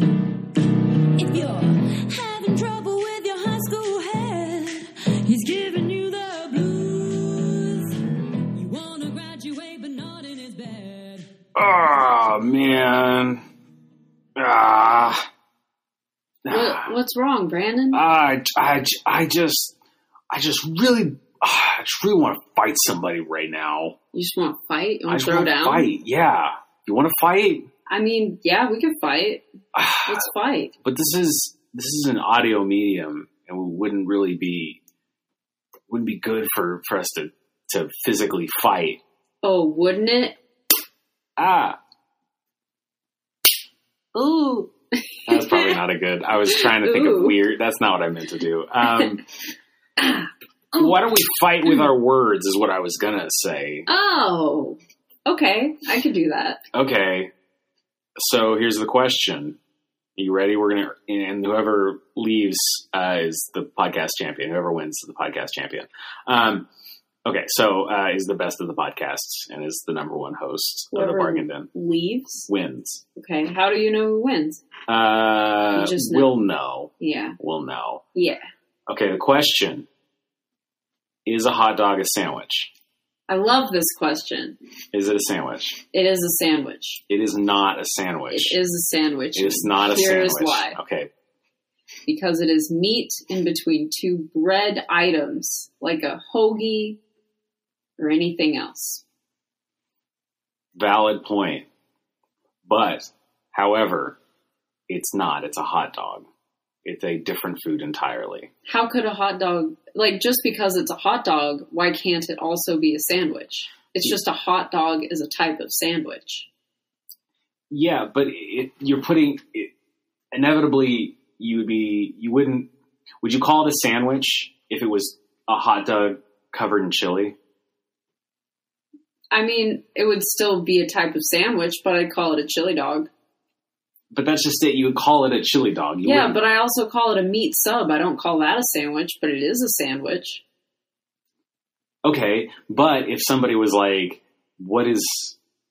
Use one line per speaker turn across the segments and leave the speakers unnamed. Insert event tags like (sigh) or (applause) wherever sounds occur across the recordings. If you're having trouble with your high school head, he's giving you the blues. You wanna graduate, but not in his bed.
Oh man. Ah,
What, what's wrong, Brandon?
I, I, I just, I just really, ah, I just really want to fight somebody right now.
you just want to fight?
I
You want to
just
throw
want
down?
to fight. Yeah, you want to fight,
I mean, yeah, we could
(sighs)
fight. Let's fight.
but this is this is an audio medium, and we wouldn't really be wouldn't be good for for us to to physically fight.
Oh, wouldn't it?
Ah,
Ooh.
That's
(laughs)
probably not a good. I was trying to think of
Ooh.
weird. That's not what I meant to do.
(laughs)
Um,
Oh.
why don't we fight with our words? Is what I was gonna say.
Oh. Okay, I could do that.
Okay. So here's the question. Are you ready? We're gonna and whoever leaves uh, is the podcast champion. Whoever wins is the podcast champion. Um, okay, so uh, is the best of the podcasts and is the number one host of
Whoever-
the bargain bin
Leaves.
wins.
Okay, how do you know who wins?
Uh,
You just know.
we'll know.
Yeah.
We'll know.
Yeah.
Okay, the question is a hot dog a sandwich?
I love this question.
Is it a sandwich?
It is a sandwich.
It is not a sandwich.
It is a sandwich.
It is not a
Here is
sandwich.
why.
Okay.
Because it is meat in between two bread items, like a hoagie or anything else.
Valid point. But however, it's not. It's a hot dog. It's a different food entirely.
How could a hot dog, like just because it's a hot dog, why can't it also be a sandwich? It's just a hot dog is a type of sandwich.
Yeah, but it, you're putting it, inevitably you would be you wouldn't would you call it a sandwich if it was a hot dog covered in chili?
I mean, it would still be a type of sandwich, but I'd call it a chili dog.
But that's just it. You would call it a chili dog. You
Yeah,
wouldn't-
but I also call it a meat sub. I don't call that a sandwich, but it is a sandwich.
okay, but if somebody was like, what is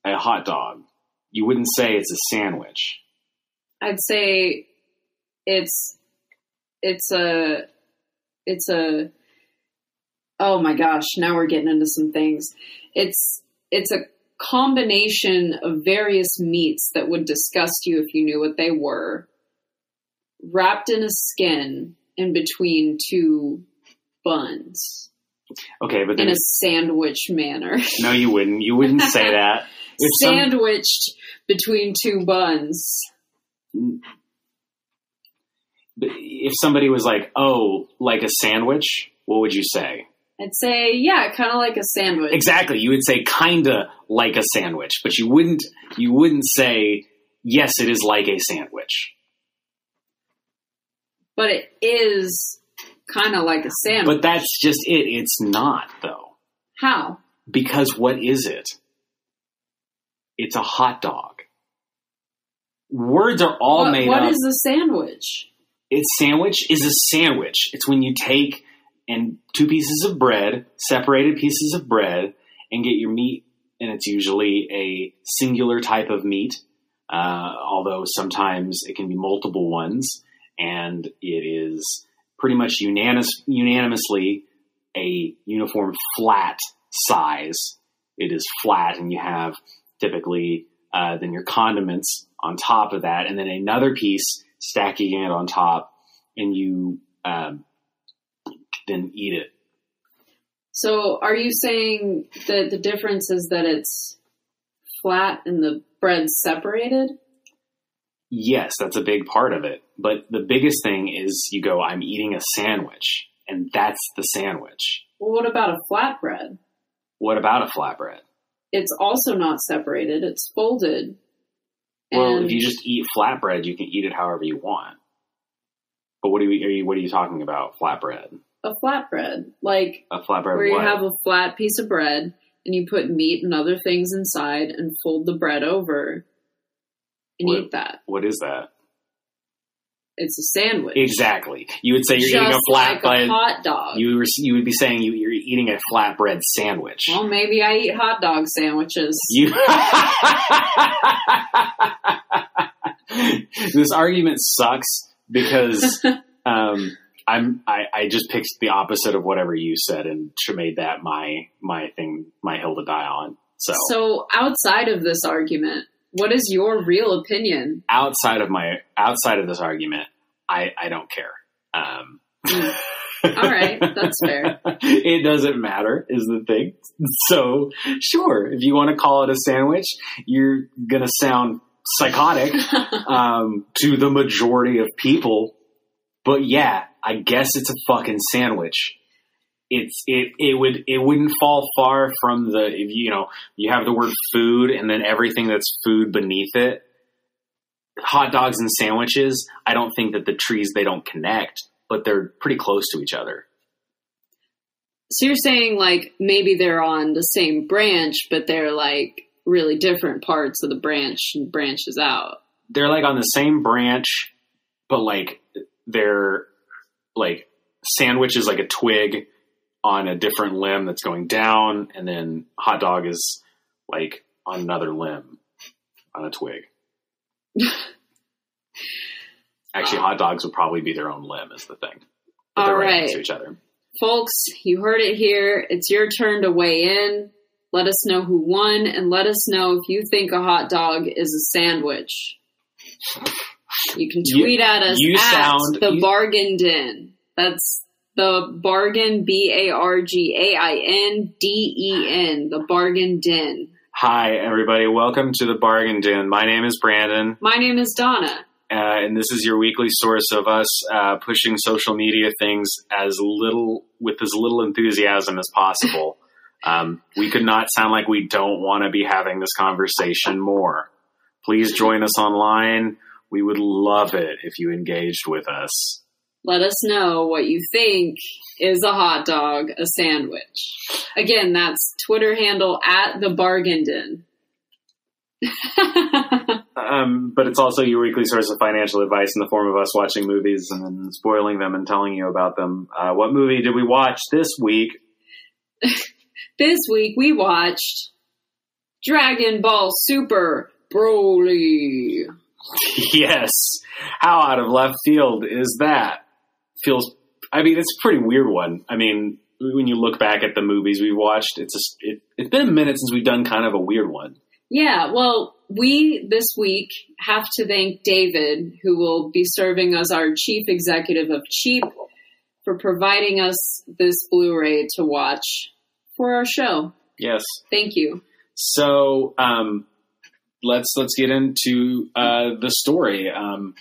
a hot dog? You wouldn't say it's a sandwich.
I'd say it's it's a it's a oh my gosh, now we're getting into some things. It's it's a combination of various meats that would disgust you if you knew what they were, wrapped in a skin in between two buns
Okay, but
in
then,
a sandwich manner. (laughs)
no, you wouldn't. You wouldn't say that. If some-
sandwiched between two buns.
if somebody was like, oh, like a sandwich, what would you say?
I'd say, yeah, kind of like a sandwich.
Exactly. You would say kinda like a sandwich, but you wouldn't. You wouldn't say yes. It is like a sandwich.
But it is kind of like a sandwich.
But that's just it. It's not though.
How?
Because what is it? It's a hot dog. Words are all
What-
made
what
up.
is a sandwich?
it's sandwich is a sandwich. It's when you take and two pieces of bread, separated pieces of bread, and get your meat, and it's usually a singular type of meat, uh, although sometimes it can be multiple ones, and it is pretty much unanimous, unanimously a uniform flat size. It is flat, and you have typically uh, then your condiments on top of that, and then another piece stacking it on top, and you um, then eat it.
So are you saying that the difference is that it's flat and the bread's separated?
Yes, that's a big part of it. But the biggest thing is you go, I'm eating a sandwich, and that's the sandwich.
Well, what about a flatbread?
What about a flatbread?
It's also not separated. It's folded.
Well,
And-
if you just eat flatbread, you can eat it however you want. But what are you, are you what are you talking about? Flatbread,
a flatbread, like
a flatbread.
where you
what?
have a flat piece of bread and you put meat and other things inside and fold the bread over and
What-
eat that.
what is that?
It's a sandwich.
Exactly. You would say you're
Just
eating a
like
flatbread.
a hot dog.
you were you would be saying you, you're eating a flatbread sandwich.
well, maybe I eat hot dog sandwiches.
You. (laughs) this argument sucks
(laughs)
because um, I'm I, I just picked the opposite of whatever you said and made that my my thing my hill to die on. So,
so outside of this argument, what is your real opinion?
outside of my outside of this argument, I I don't care. Um,
Mm. All right, that's fair.
(laughs) it doesn't matter is the thing. So sure, if you want to call it a sandwich, you're gonna sound
(laughs)
psychotic um, to the majority of people. But yeah, I guess it's a fucking sandwich. It's it it would it wouldn't fall far from the if you know you have the word food and then everything that's food beneath it. Hot dogs and sandwiches. I don't think that the trees they don't connect, but they're pretty close to each other.
So you're saying like maybe they're on the same branch, but they're like really different parts of the branch and branches out.
they're like on the same branch, but like they're like sandwich is like a twig on a different limb that's going down, and then hot dog is like on another limb on a
(laughs)
twig. Actually, hot dogs would probably be their own limb, is the thing. But
All
they're right
right,
next to each other.
folks, you heard it here. It's your turn to weigh in. Let us know who won, and let us know if you think a hot dog is a sandwich. You can
You-
tweet at us
you
at
sound-
the
you-
bargain din. That's the bargain b a r g a i n d e n. The bargain din.
Hi, everybody. Welcome to the Bargain Din. My name is Brandon.
My name is Donna.
uh, and this is your weekly source of us uh, pushing social media things as little with as little enthusiasm as (laughs) possible. um, we could not sound like we don't want to be having this conversation more. Please join us online. We would love it if you engaged with us.
Let us know what you think is a hot dog a sandwich. Again, that's Twitter handle at the bargain din.
Um, but it's also your weekly source of financial advice in the form of us watching movies and then spoiling them and telling you about them. Uh, what movie did we watch this week?
(laughs) This week we watched Dragon Ball Super Broly.
(laughs) Yes. How out of left field is that? Feels. I mean, it's a pretty weird one. I mean, when you look back at the movies we've watched, it's a, it, it's been a minute since we've done kind of a weird one.
Yeah, well, we this week have to thank David, who will be serving as our chief executive of Cheap, for providing us this Blu ray to watch for our show.
Yes.
Thank you.
So um, let's let's get into uh, the story. Um,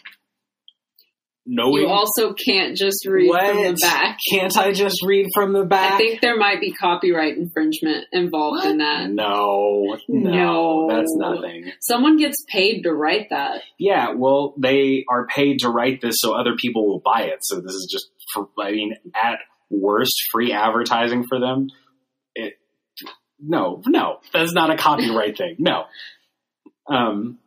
knowing
You also can't just read
what
from the back.
can't I just read from the back?
I think there might be copyright infringement involved in that.
no, no,
No.
that's nothing.
Someone gets paid to write that.
Yeah, well, they are paid to write this so other people will buy it. So this is just, for, I mean, at worst, free advertising for them. It, no, no, that's not a copyright thing. No. Um,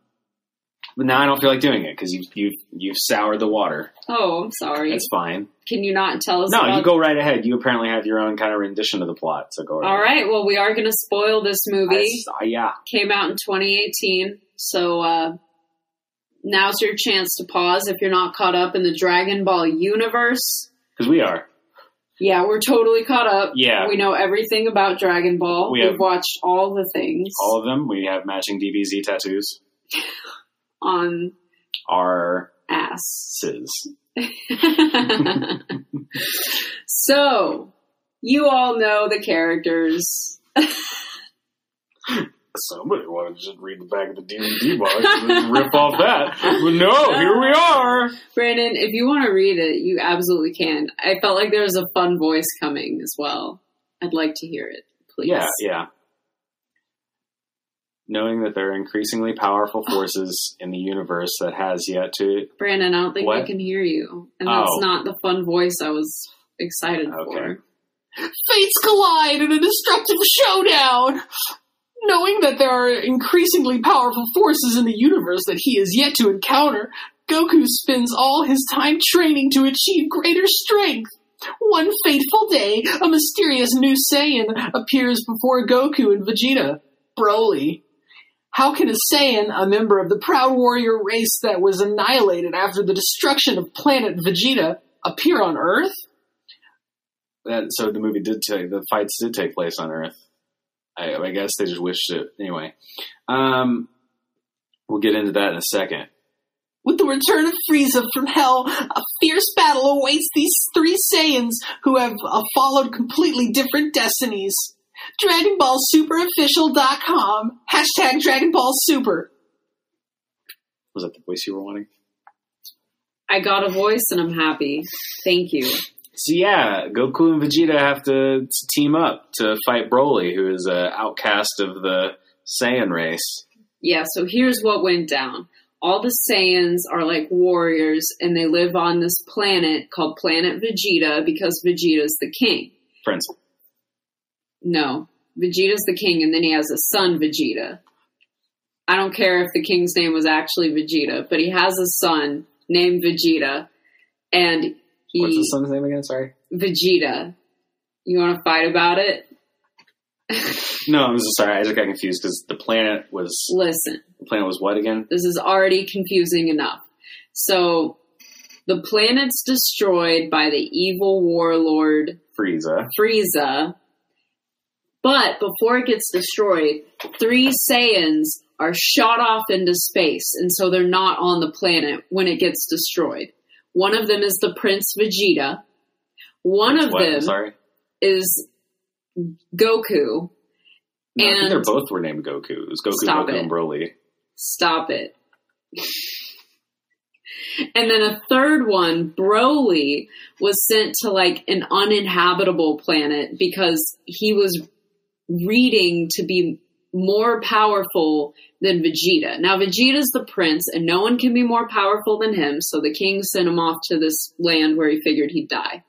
but now I don't feel like doing it because you you you've soured the water.
Oh, I'm sorry.
That's fine.
Can you not tell us?
No,
about
you go right ahead. You apparently have your own kind of rendition of the plot, so go. Right
All right. Well, we are going to spoil this
ahead. I
movie.
s- I- yeah,
Came out in 2018. So uh, now's your chance to pause if you're not caught up in the Dragon Ball universe.
because we are.
Yeah, we're totally caught up.
Yeah.
We know everything about Dragon Ball.
We
have
have-
watched all the things
All of them. We have matching DBZ tattoos.
on
Our
ass.
sis.
(laughs) so, you all know the characters.
Somebody wanted to just read the back of the DVD box and then rip off that. But no, here we are.
Brandon, if you want to read it, you absolutely can. I felt like there was a fun voice coming as well. I'd like to hear it, please.
Yeah, yeah. Knowing that there are increasingly powerful forces in the universe that has yet to.
Brandon, I don't think I
What?
can hear you. And that's
Oh.
not the fun voice I was excited
Okay.
for. Fates collide in a destructive showdown!
Knowing that there are increasingly powerful forces in the universe that he has yet to encounter, Goku spends all his time training to achieve greater strength. One fateful day, a mysterious new Saiyan appears before Goku and Vegeta, Broly. How can a Saiyan, a member of the Proud Warrior race that was annihilated after the destruction of planet Vegeta, appear on Earth?
That, so the movie did take the fights did take place on Earth. I, I guess they just wished it anyway. Um, we'll get into that in a second.
With the return of Frieza from hell, a fierce battle awaits these three Saiyans who have uh, followed completely different destinies. Dragon Ball DragonBallSuperOfficial.com, hashtag Dragon Ball Super.
Was that the voice you were wanting?
I got a voice and I'm happy. Thank you.
So yeah, Goku and Vegeta have to, to team up to fight Broly, who is a outcast of the Saiyan race.
Yeah, so here's what went down. All the Saiyans are like warriors and they live on this planet called Planet Vegeta because Vegeta's the king.
Friends,
No, Vegeta's the king and then he has a son, Vegeta. I don't care if the king's name was actually Vegeta, but he has a son named Vegeta and he
what's the son's name again? Sorry.
Vegeta. You want to fight about it?
No, I'm so sorry. I just got confused because the planet was
Listen.
the planet was what again?
This is already confusing enough. So the planet's destroyed by the evil warlord
Frieza.
Frieza. But before it gets destroyed, three Saiyans are shot off into space, and so they're not on the planet when it gets destroyed. One of them is the Prince Vegeta. One of
What? I'm
them
sorry.
is Goku.
No, I think
And-
they're both were named Goku. It was Goku,
Stop
Goku,
it.
and Broly.
Stop it. and then a third one, Broly, was sent to like an uninhabitable planet because he was reading to be more powerful than Vegeta. Now, Vegeta's the prince, and no one can be more powerful than him, so the king sent him off to this land where he figured he'd die.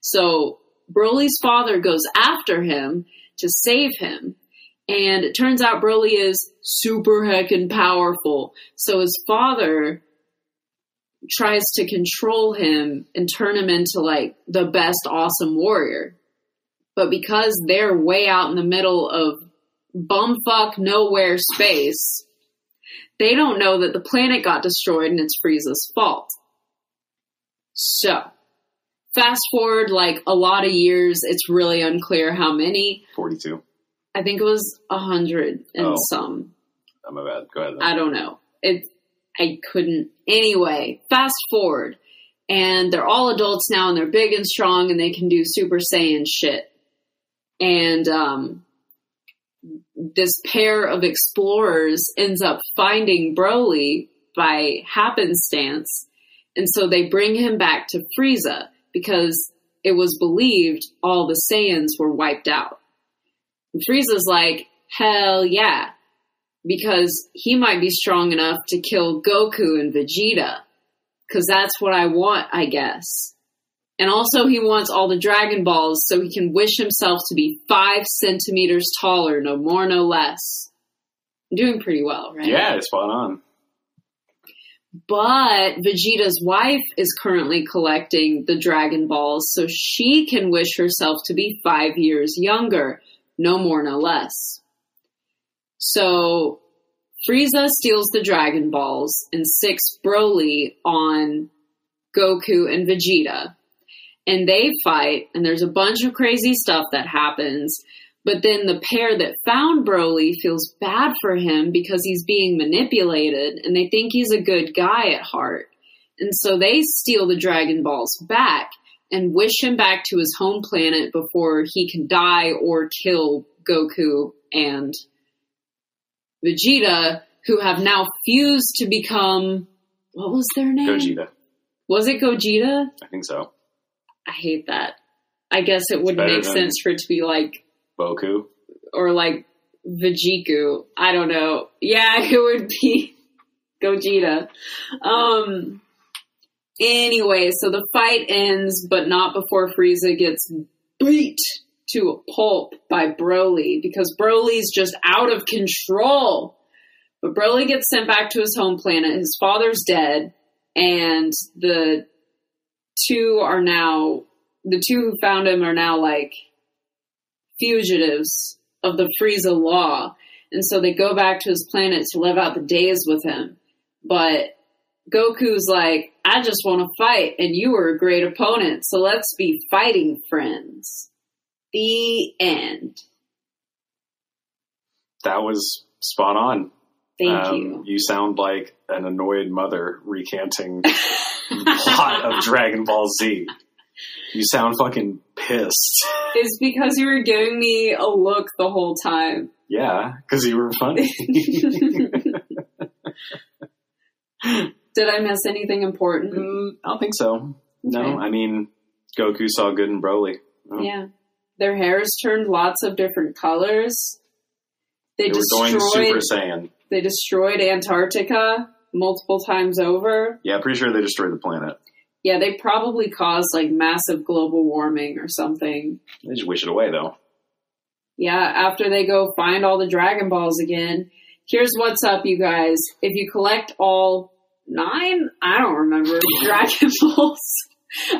So, Broly's father goes after him to save him, and it turns out Broly is super heckin' powerful. So his father tries to control him and turn him into like the best awesome warrior. But because they're way out in the middle of bumfuck nowhere space, they don't know that the planet got destroyed and it's Frieza's fault. So, fast forward like a lot of years, it's really unclear how many.
Forty-two.
I think it was a hundred and
Oh.
some.
I'm about Oh, go ahead.
I don't know. It. I couldn't. Anyway, fast forward, and they're all adults now, and they're big and strong, and they can do Super Saiyan shit. And um, this pair of explorers ends up finding Broly by happenstance, and so they bring him back to Frieza because it was believed all the Saiyans were wiped out. And Frieza's like, hell yeah, because he might be strong enough to kill Goku and Vegeta, because that's what I want, I guess. And also, he wants all the Dragon Balls so he can wish himself to be five centimeters taller, no more, no less. I'm doing pretty well, right?
Yeah, it's spot on.
But Vegeta's wife is currently collecting the Dragon Balls so she can wish herself to be five years younger, no more, no less. So Frieza steals the Dragon Balls and six Broly on Goku and Vegeta. And they fight, and there's a bunch of crazy stuff that happens. But then the pair that found Broly feels bad for him because he's being manipulated and they think he's a good guy at heart. And so they steal the Dragon Balls back and wish him back to his home planet before he can die or kill Goku and Vegeta, who have now fused to become. What was their name?
Gogeta.
Was it Gogeta?
I think so.
I hate that. I guess it would
better
make
than-
sense for it to be like
Boku.
or like Vejiku. I don't know. Yeah, (laughs) it would be Gogeta. Um. Anyway, so the fight ends, but not before Frieza gets beat to a pulp by Broly because Broly's just out of control. But Broly gets sent back to his home planet. His father's dead. and the two are now the two who found him are now like fugitives of the Frieza law, and so they go back to his planet to live out the days with him. But Goku's like, I just want to fight, and you were a great opponent, so let's be fighting friends. The end.
That was spot on.
Thank
Um,
you.
You sound like an annoyed mother
(laughs)
recanting the plot of Dragon Ball Z. You sound fucking pissed.
It's because you were giving me a look the whole
(laughs)
time. (laughs)
Yeah, because you were funny.
Did I miss anything important?
Mm, I don't think so. No,
Okay.
I mean Goku saw good in Broly. Mm.
Yeah. Their hairs turned lots of different colors. They,
They were going Super
destroyed
Saiyan.
they destroyed Antarctica multiple times over.
Yeah, pretty sure they destroyed the planet.
Yeah, they probably caused like massive global warming or something.
They just wish it away though.
Yeah, after they go find all the Dragon Balls again. Here's what's up, you guys. If you collect all nine, I don't remember, (laughs) Dragon Balls.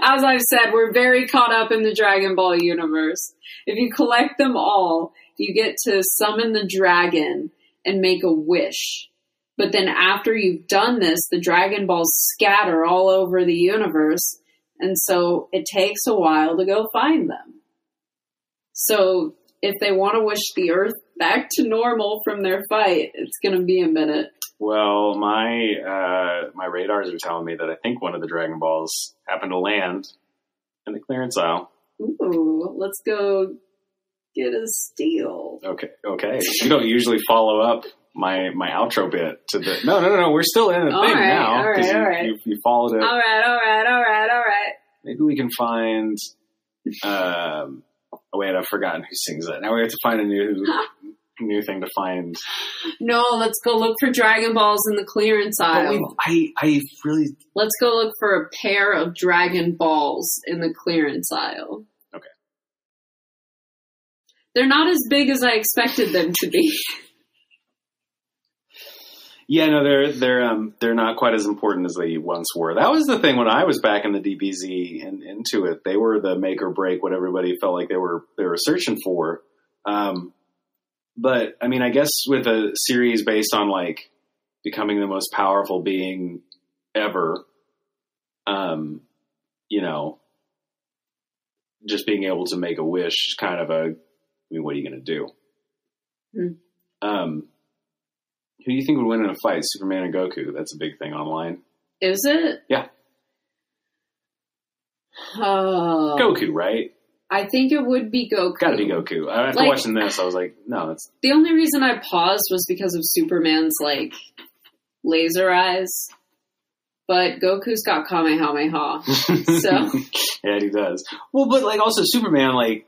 As I've said, we're very caught up in the Dragon Ball universe. If you collect them all, you get to summon the dragon and make a wish. But then after you've done this, the Dragon Balls scatter all over the universe, and so it takes a while to go find them. So if they want to wish the Earth back to normal from their fight, it's going to be a minute.
Well, my uh, my radars are telling me that I think one of the Dragon Balls happened to land in the clearance aisle.
Ooh, let's go get a steal.
Okay, okay. You don't usually follow up my my outro bit to the. No, no, no, no. We're still in the
All
thing
right,
now
all right,
'cause you,
all right.
you, you followed it.
All right, all right, all right, all right.
Maybe we can find. Um, oh wait, I've forgotten who sings that. Now we have to find a new new thing to find.
No, let's go look for Dragon Balls in the clearance
But
aisle.
we, I I really
Let's go look for a pair of Dragon Balls in the clearance aisle.
Okay.
They're not as big as I expected them to be. (laughs)
Yeah, no, they're they're um they're not quite as important as they once were. That was the thing when I was back in the DBZ and into it. They were the make or break what everybody felt like they were they were searching for. Um, but I mean, I guess with a series based on like becoming the most powerful being ever, um, you know, just being able to make a wish is kind of a I mean, what are you going to do? Um, who do you think would win in a fight, Superman and Goku? That's a big thing online.
Is it?
Yeah.
Oh.
Goku, right?
I think it would be Goku.
Gotta be Goku. I- After
Like-
watching this, I was like, no, that's (laughs)
The only reason I paused was because of Superman's like laser eyes. But Goku's
(laughs)
got Kamehameha. So
yeah, he does. Well, but like also Superman, like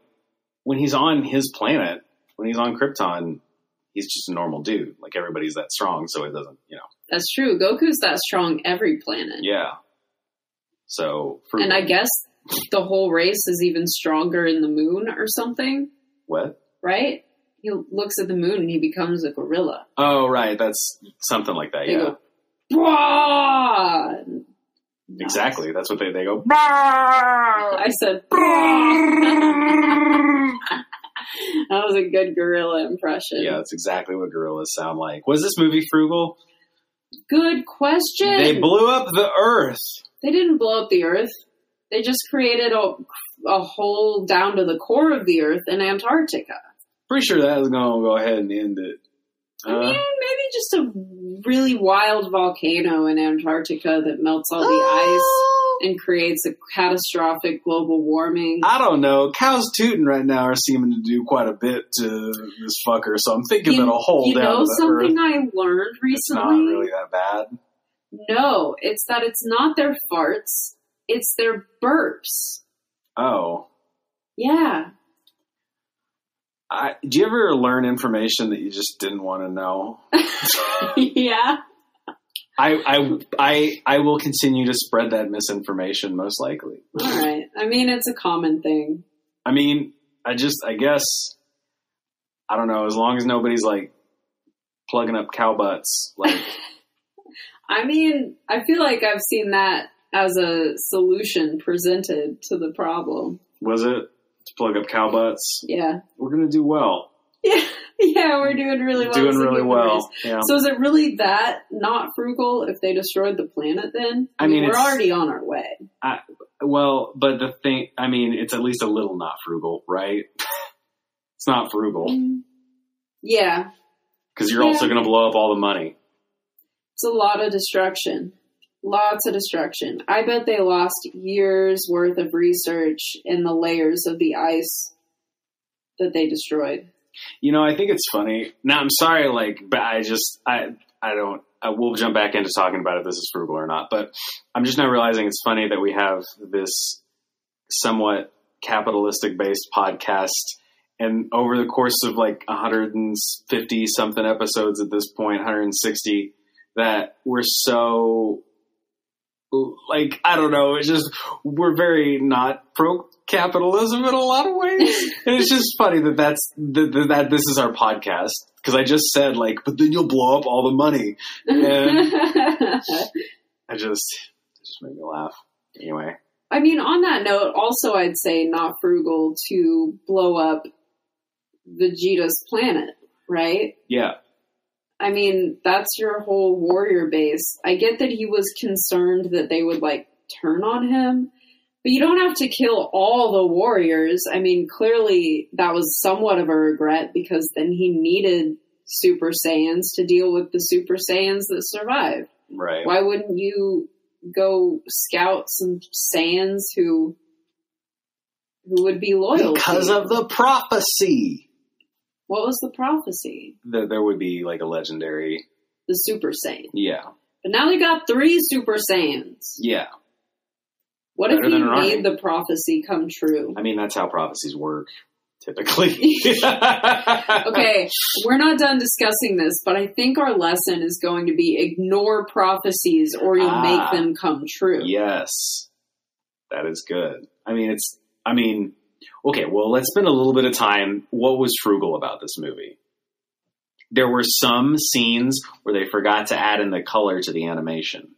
when he's on his planet, when he's on Krypton, he's just a normal dude. Like everybody's that strong, so it doesn't, you know.
that's true. Goku's that strong every planet.
Yeah. So for
And I guess the whole race is even stronger in the moon or something,
what?
right? He looks at the moon and he becomes a gorilla.
Oh, right. That's something like that.
They
yeah.
go, "Bwah!"
Exactly. That's what they they go.
I said, "Bwah." (laughs) that was a good gorilla impression.
Yeah, that's exactly what gorillas sound like. Was this movie frugal?
Good question.
They blew up the Earth.
They didn't blow up the Earth. They just created a, a hole down to the core of the Earth in Antarctica.
Pretty sure that is going to go ahead and end it.
I mean,
Uh,
maybe just a really wild volcano in Antarctica that melts all
Uh.
the ice and creates a catastrophic global warming.
I don't know. Cows tooting right now are seeming to do quite a bit to this fucker, so I'm thinking that a hole
you
down
know
to the earth
something I learned
is not
recently?
really that bad.
No, it's that it's not their farts, it's their burps.
Oh,
Yeah. (laughs)
I, do you ever learn information that you just didn't want to
(laughs)
know?
yeah.
I, I, I, I will continue to spread that misinformation, most likely.
All right. I mean, it's a common thing.
I mean, I just, I guess, I don't know. As long as nobody's like plugging up cow butts, like
I mean, I feel like I've seen that as a solution presented to the problem.
Was it to plug up cow butts?
Yeah. (laughs)
We're gonna do well.
Yeah. Yeah, we're doing really well. as
Doing
a
really
human
well.
race.
Yeah.
So is it really that not frugal if they destroyed the planet then?
I mean,
we're
it's-
already on our way.
well, but the thing, I mean, it's at least a little not frugal, right? (laughs) it's not frugal
Yeah.
because you're also
Yeah.
gonna blow up all the money.
It's a lot of destruction. Lots of destruction. I bet they lost years worth of research in the layers of the ice that they destroyed.
You know, I think it's funny. Now, I'm sorry, like, but I just, I, I don't. I, we'll jump back into talking about if this is frugal or not. But I'm just now realizing it's funny that we have this somewhat capitalistic based podcast, and over the course of like 150 something episodes at this point, 160, that we're so. Like I don't know, it's just we're very not pro capitalism in a lot of ways.
(laughs)
And it's just funny that that's that, that, that this is our podcast because I just said like, but then you'll blow up all the money. Yeah.
(laughs)
I just it just made me laugh. Anyway,
I mean, on that note, also I'd say not frugal to blow up Vegeta's planet, right?
yeah,
I mean, that's your whole warrior base. I get that he was concerned that they would like turn on him, but you don't have to kill all the warriors. I mean, clearly that was somewhat of a regret because then he needed Super Saiyans to deal with the Super Saiyans that survived.
right.
Why wouldn't you go scout some Saiyans who who would be loyal?
Because
to you?
of the prophecy
what was the prophecy?
that there would be like a legendary.
The Super Saiyan.
Yeah,
But now they got three Super Saiyans.
yeah.
What if
Better
he
than an army.
made the prophecy come true?
I mean, that's how prophecies work typically.
(laughs)
(laughs)
Okay, we're not done discussing this, but I think our lesson is going to be ignore prophecies or you'll
Ah.
make them come true.
Yes. That is good. I mean, it's, I mean, okay, well, let's spend a little bit of time. What was frugal about this movie? There were some scenes where they forgot to add in the color to the animation.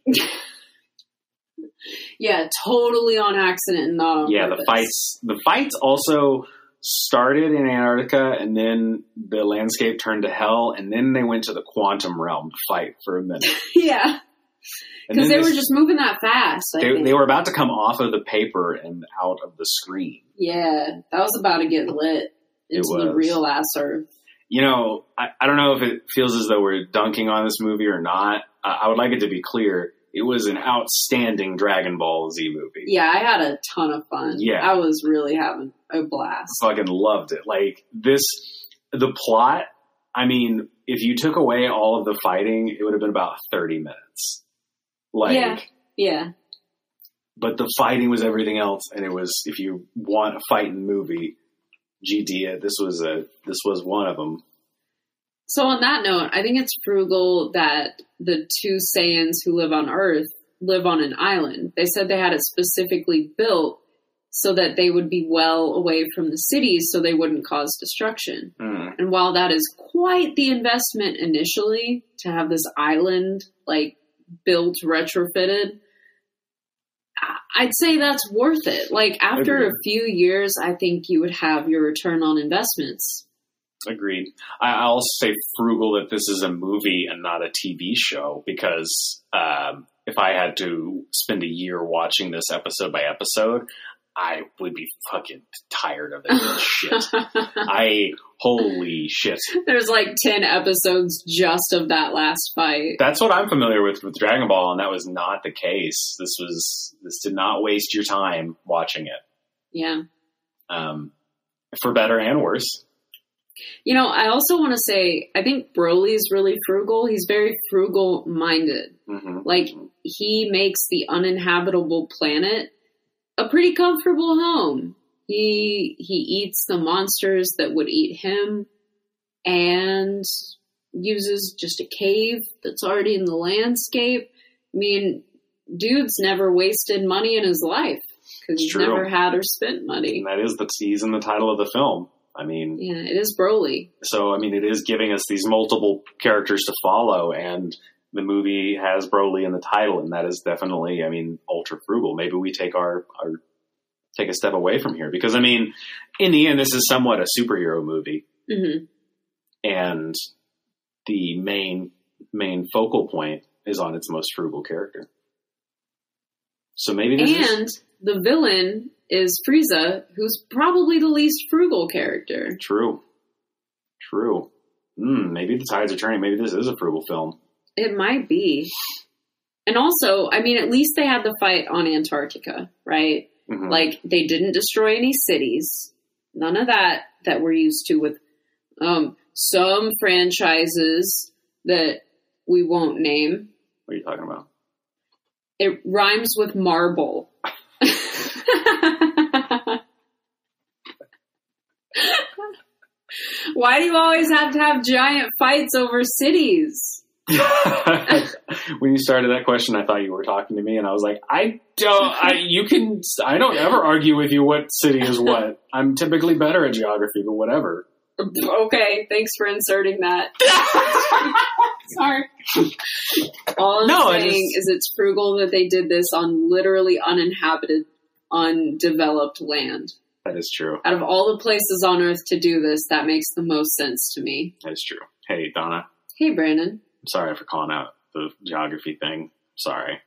Yeah, totally on accident and not on
yeah, the
purpose.
fights, the fights also started in Antarctica and then the landscape turned to hell and then they went to the quantum realm to fight for a minute.
(laughs) Yeah, (laughs)
And
because
then
they were just moving that fast. I
they,
think.
they were about to come off of the paper and out of the screen.
Yeah, that was about to get lit
It
into the
was.
real ass earth.
you know, I, I don't know if it feels as though we're dunking on this movie or not. Uh, I would like it to be clear. It was an outstanding Dragon Ball Z movie.
Yeah, I had a ton of fun.
Yeah.
I was really having a blast.
Fucking loved it. Like this, the plot, I mean, if you took away all of the fighting, it would have been about 30 minutes. Like,
Yeah. Yeah,
but the fighting was everything else. And it was, if you want a fighting movie, GD it. This was a, this was one of them.
So on that note, I think it's frugal that the two Saiyans who live on Earth live on an island. They said they had it specifically built so that they would be well away from the cities so they wouldn't cause destruction.
Mm.
And while that is quite the investment initially to have this island like built retrofitted, I- I'd say that's worth it. Like after a
Agreed.
few years, I think you would have your return on investments. (laughs)
Agreed. I I'll also say frugal that this is a movie and not a TV show because um, if I had to spend a year watching this episode by episode, I would be fucking tired of it. shit. I holy shit.
There's like 10 episodes just of that last fight.
That's what I'm familiar with with Dragon Ball, and that was not the case. This was this did not waste your time watching it,
Yeah.
um, for better and worse.
You know, I also want to say I think Broly's really frugal. He's very frugal minded.
hmm
Like, he makes the uninhabitable planet a pretty comfortable home. He he eats the monsters that would eat him and uses just a cave that's already in the landscape. I mean, dude's never wasted money in his life because
It's
he's
true.
never had or spent money.
And that is the he's in the title of the film. I mean,
Yeah, it is Broly.
so I mean, it is giving us these multiple characters to follow, and the movie has Broly in the title, and that is definitely, I mean, ultra frugal. Maybe we take our, our take a step away from here because, I mean, in the end, this is somewhat a superhero movie,
hmm
and the main main focal point is on its most frugal character. So maybe this is
And the villain is Frieza, who's probably the least frugal character.
true. True. Mm, maybe the tides are turning. Maybe this is a frugal film.
It might be. And also, I mean, at least they had the fight on Antarctica, right?
Mhm.
Like, they didn't destroy any cities. None of that that we're used to with um, some franchises that we won't name.
what are you talking about?
It rhymes with marble. (laughs) Why do you always have to have giant fights over cities?
(laughs) when you started that question, I thought you were talking to me, and I was like, I don't. I you can. I don't ever argue with you what city is (laughs) what. I'm typically better at geography, but whatever.
Okay, thanks for
(laughs)
inserting that.
Sorry.
All I'm
No, I
saying
just-
is it's frugal that they did this on literally uninhabited, undeveloped land.
That is true.
Out of all the places on earth to do this, that makes the most sense to me.
That is true. Hey, Donna,
Hey, Brandon,
I'm sorry for calling out the geography thing. Sorry.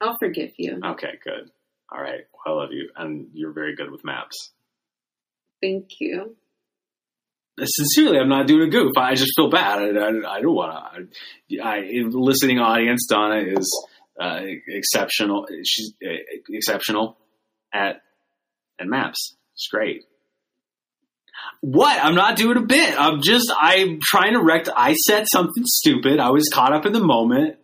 I'll forgive you.
Okay, good. All right. Well, I love you, and you're very good with maps.
Thank you.
Sincerely, I'm not doing a goof. I just feel bad. I, I, I don't want to. I, I- listening audience, Donna is uh, exceptional. She's uh, exceptional at at maps. It's great. What? I'm not doing a bit. I'm just. I'm trying to rect. I said something stupid. I was caught up in the moment,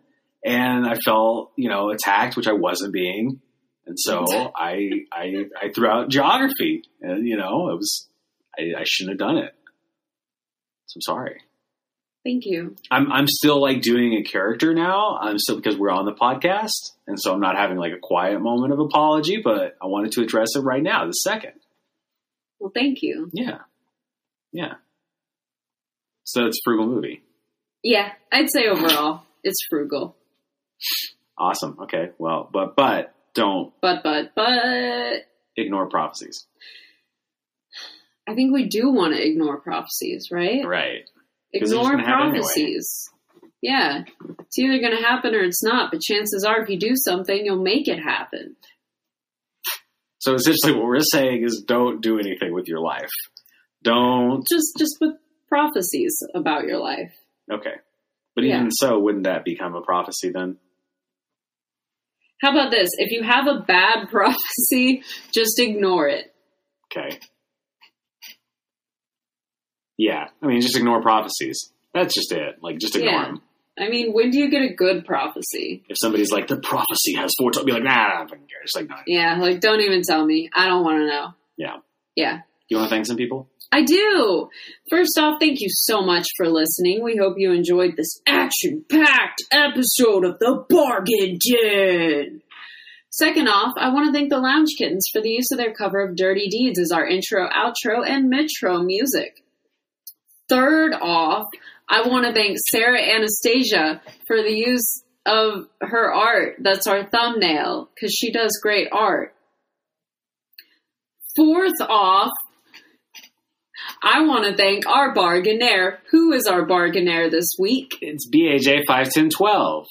and I felt you know attacked, which I wasn't being. And so I I I threw out geography, and you know it was. I, I shouldn't have done it. So I'm sorry.
Thank you.
I'm I'm still like doing a character now. I'm still because we're on the podcast, and so I'm not having like a quiet moment of apology. But I wanted to address it right now, the second.
Well, thank you.
Yeah, yeah. So it's a frugal movie.
Yeah, I'd say overall, it's frugal.
Awesome. Okay. Well, but but don't
But, but, but, I
ignore prophecies.
think we do want to ignore prophecies, right?
Right. 'Cause they're just
Ignore
gonna happen anyway.
prophecies. Yeah. It's either going to happen or it's not, but chances are if you do something, you'll make it happen.
So essentially, what we're saying is don't do anything with your life. Don't.
Just just with prophecies about your life.
Okay. But
Yeah.
even so, wouldn't that become a prophecy then?
How about this? If you have a bad (laughs) prophecy, just ignore it.
Okay. Yeah, I mean, just ignore prophecies. That's just it. Like, just ignore
Yeah.
them.
I mean, when do you get a good prophecy?
If somebody's like, the prophecy has foretold, be like, nah, I don't fucking care. It's like, nah.
Yeah, like don't even tell me. I don't want to know.
yeah.
Yeah.
You want to thank some people?
I do. First off, thank you so much for listening. We hope you enjoyed this action packed episode of The Bargain Din. Second off, I want to thank the Lounge Kittens for the use of their cover of Dirty Deeds as our intro, outro, and metro music. Third off, I want to thank Sarah Anastasia for the use of her art. That's our thumbnail, because she does great art. Fourth off, I want to thank our bargainaire. Who is our bargainaire this week?
It's BAJ51012.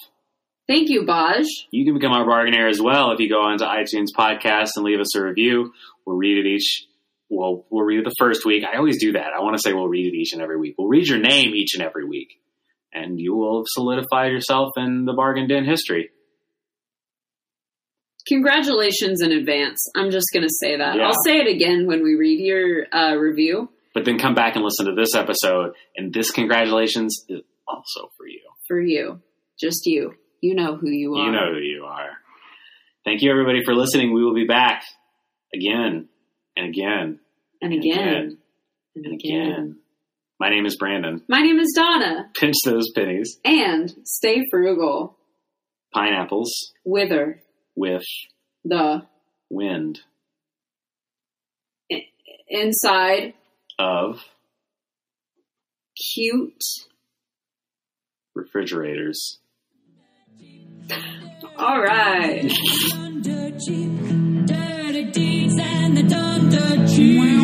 Thank you, Baj.
You can become our bargainer as well if you go onto iTunes podcast and leave us a review. We'll read it each. Well, we'll read it the first week. I always do that. I want to say we'll read it each and every week. We'll read your name each and every week, and you will have solidified yourself in the bargain din history.
Congratulations in advance. I'm just going to say that.
Yeah.
I'll say it again when we read your uh, review
But then come back and listen to this episode, and this congratulations is also for you.
for you. Just you. You know who you are.
You know who you are. Thank you, everybody, for listening. We will be back again and again and
And again.
again and again. My name is Brandon.
My name is Donna,
Pinch those pennies,
and stay frugal.
pineapples
Wither
with
the
wind
inside
of
cute
refrigerators
All right.
Under cheap, dirty deeds and the Donder cheap.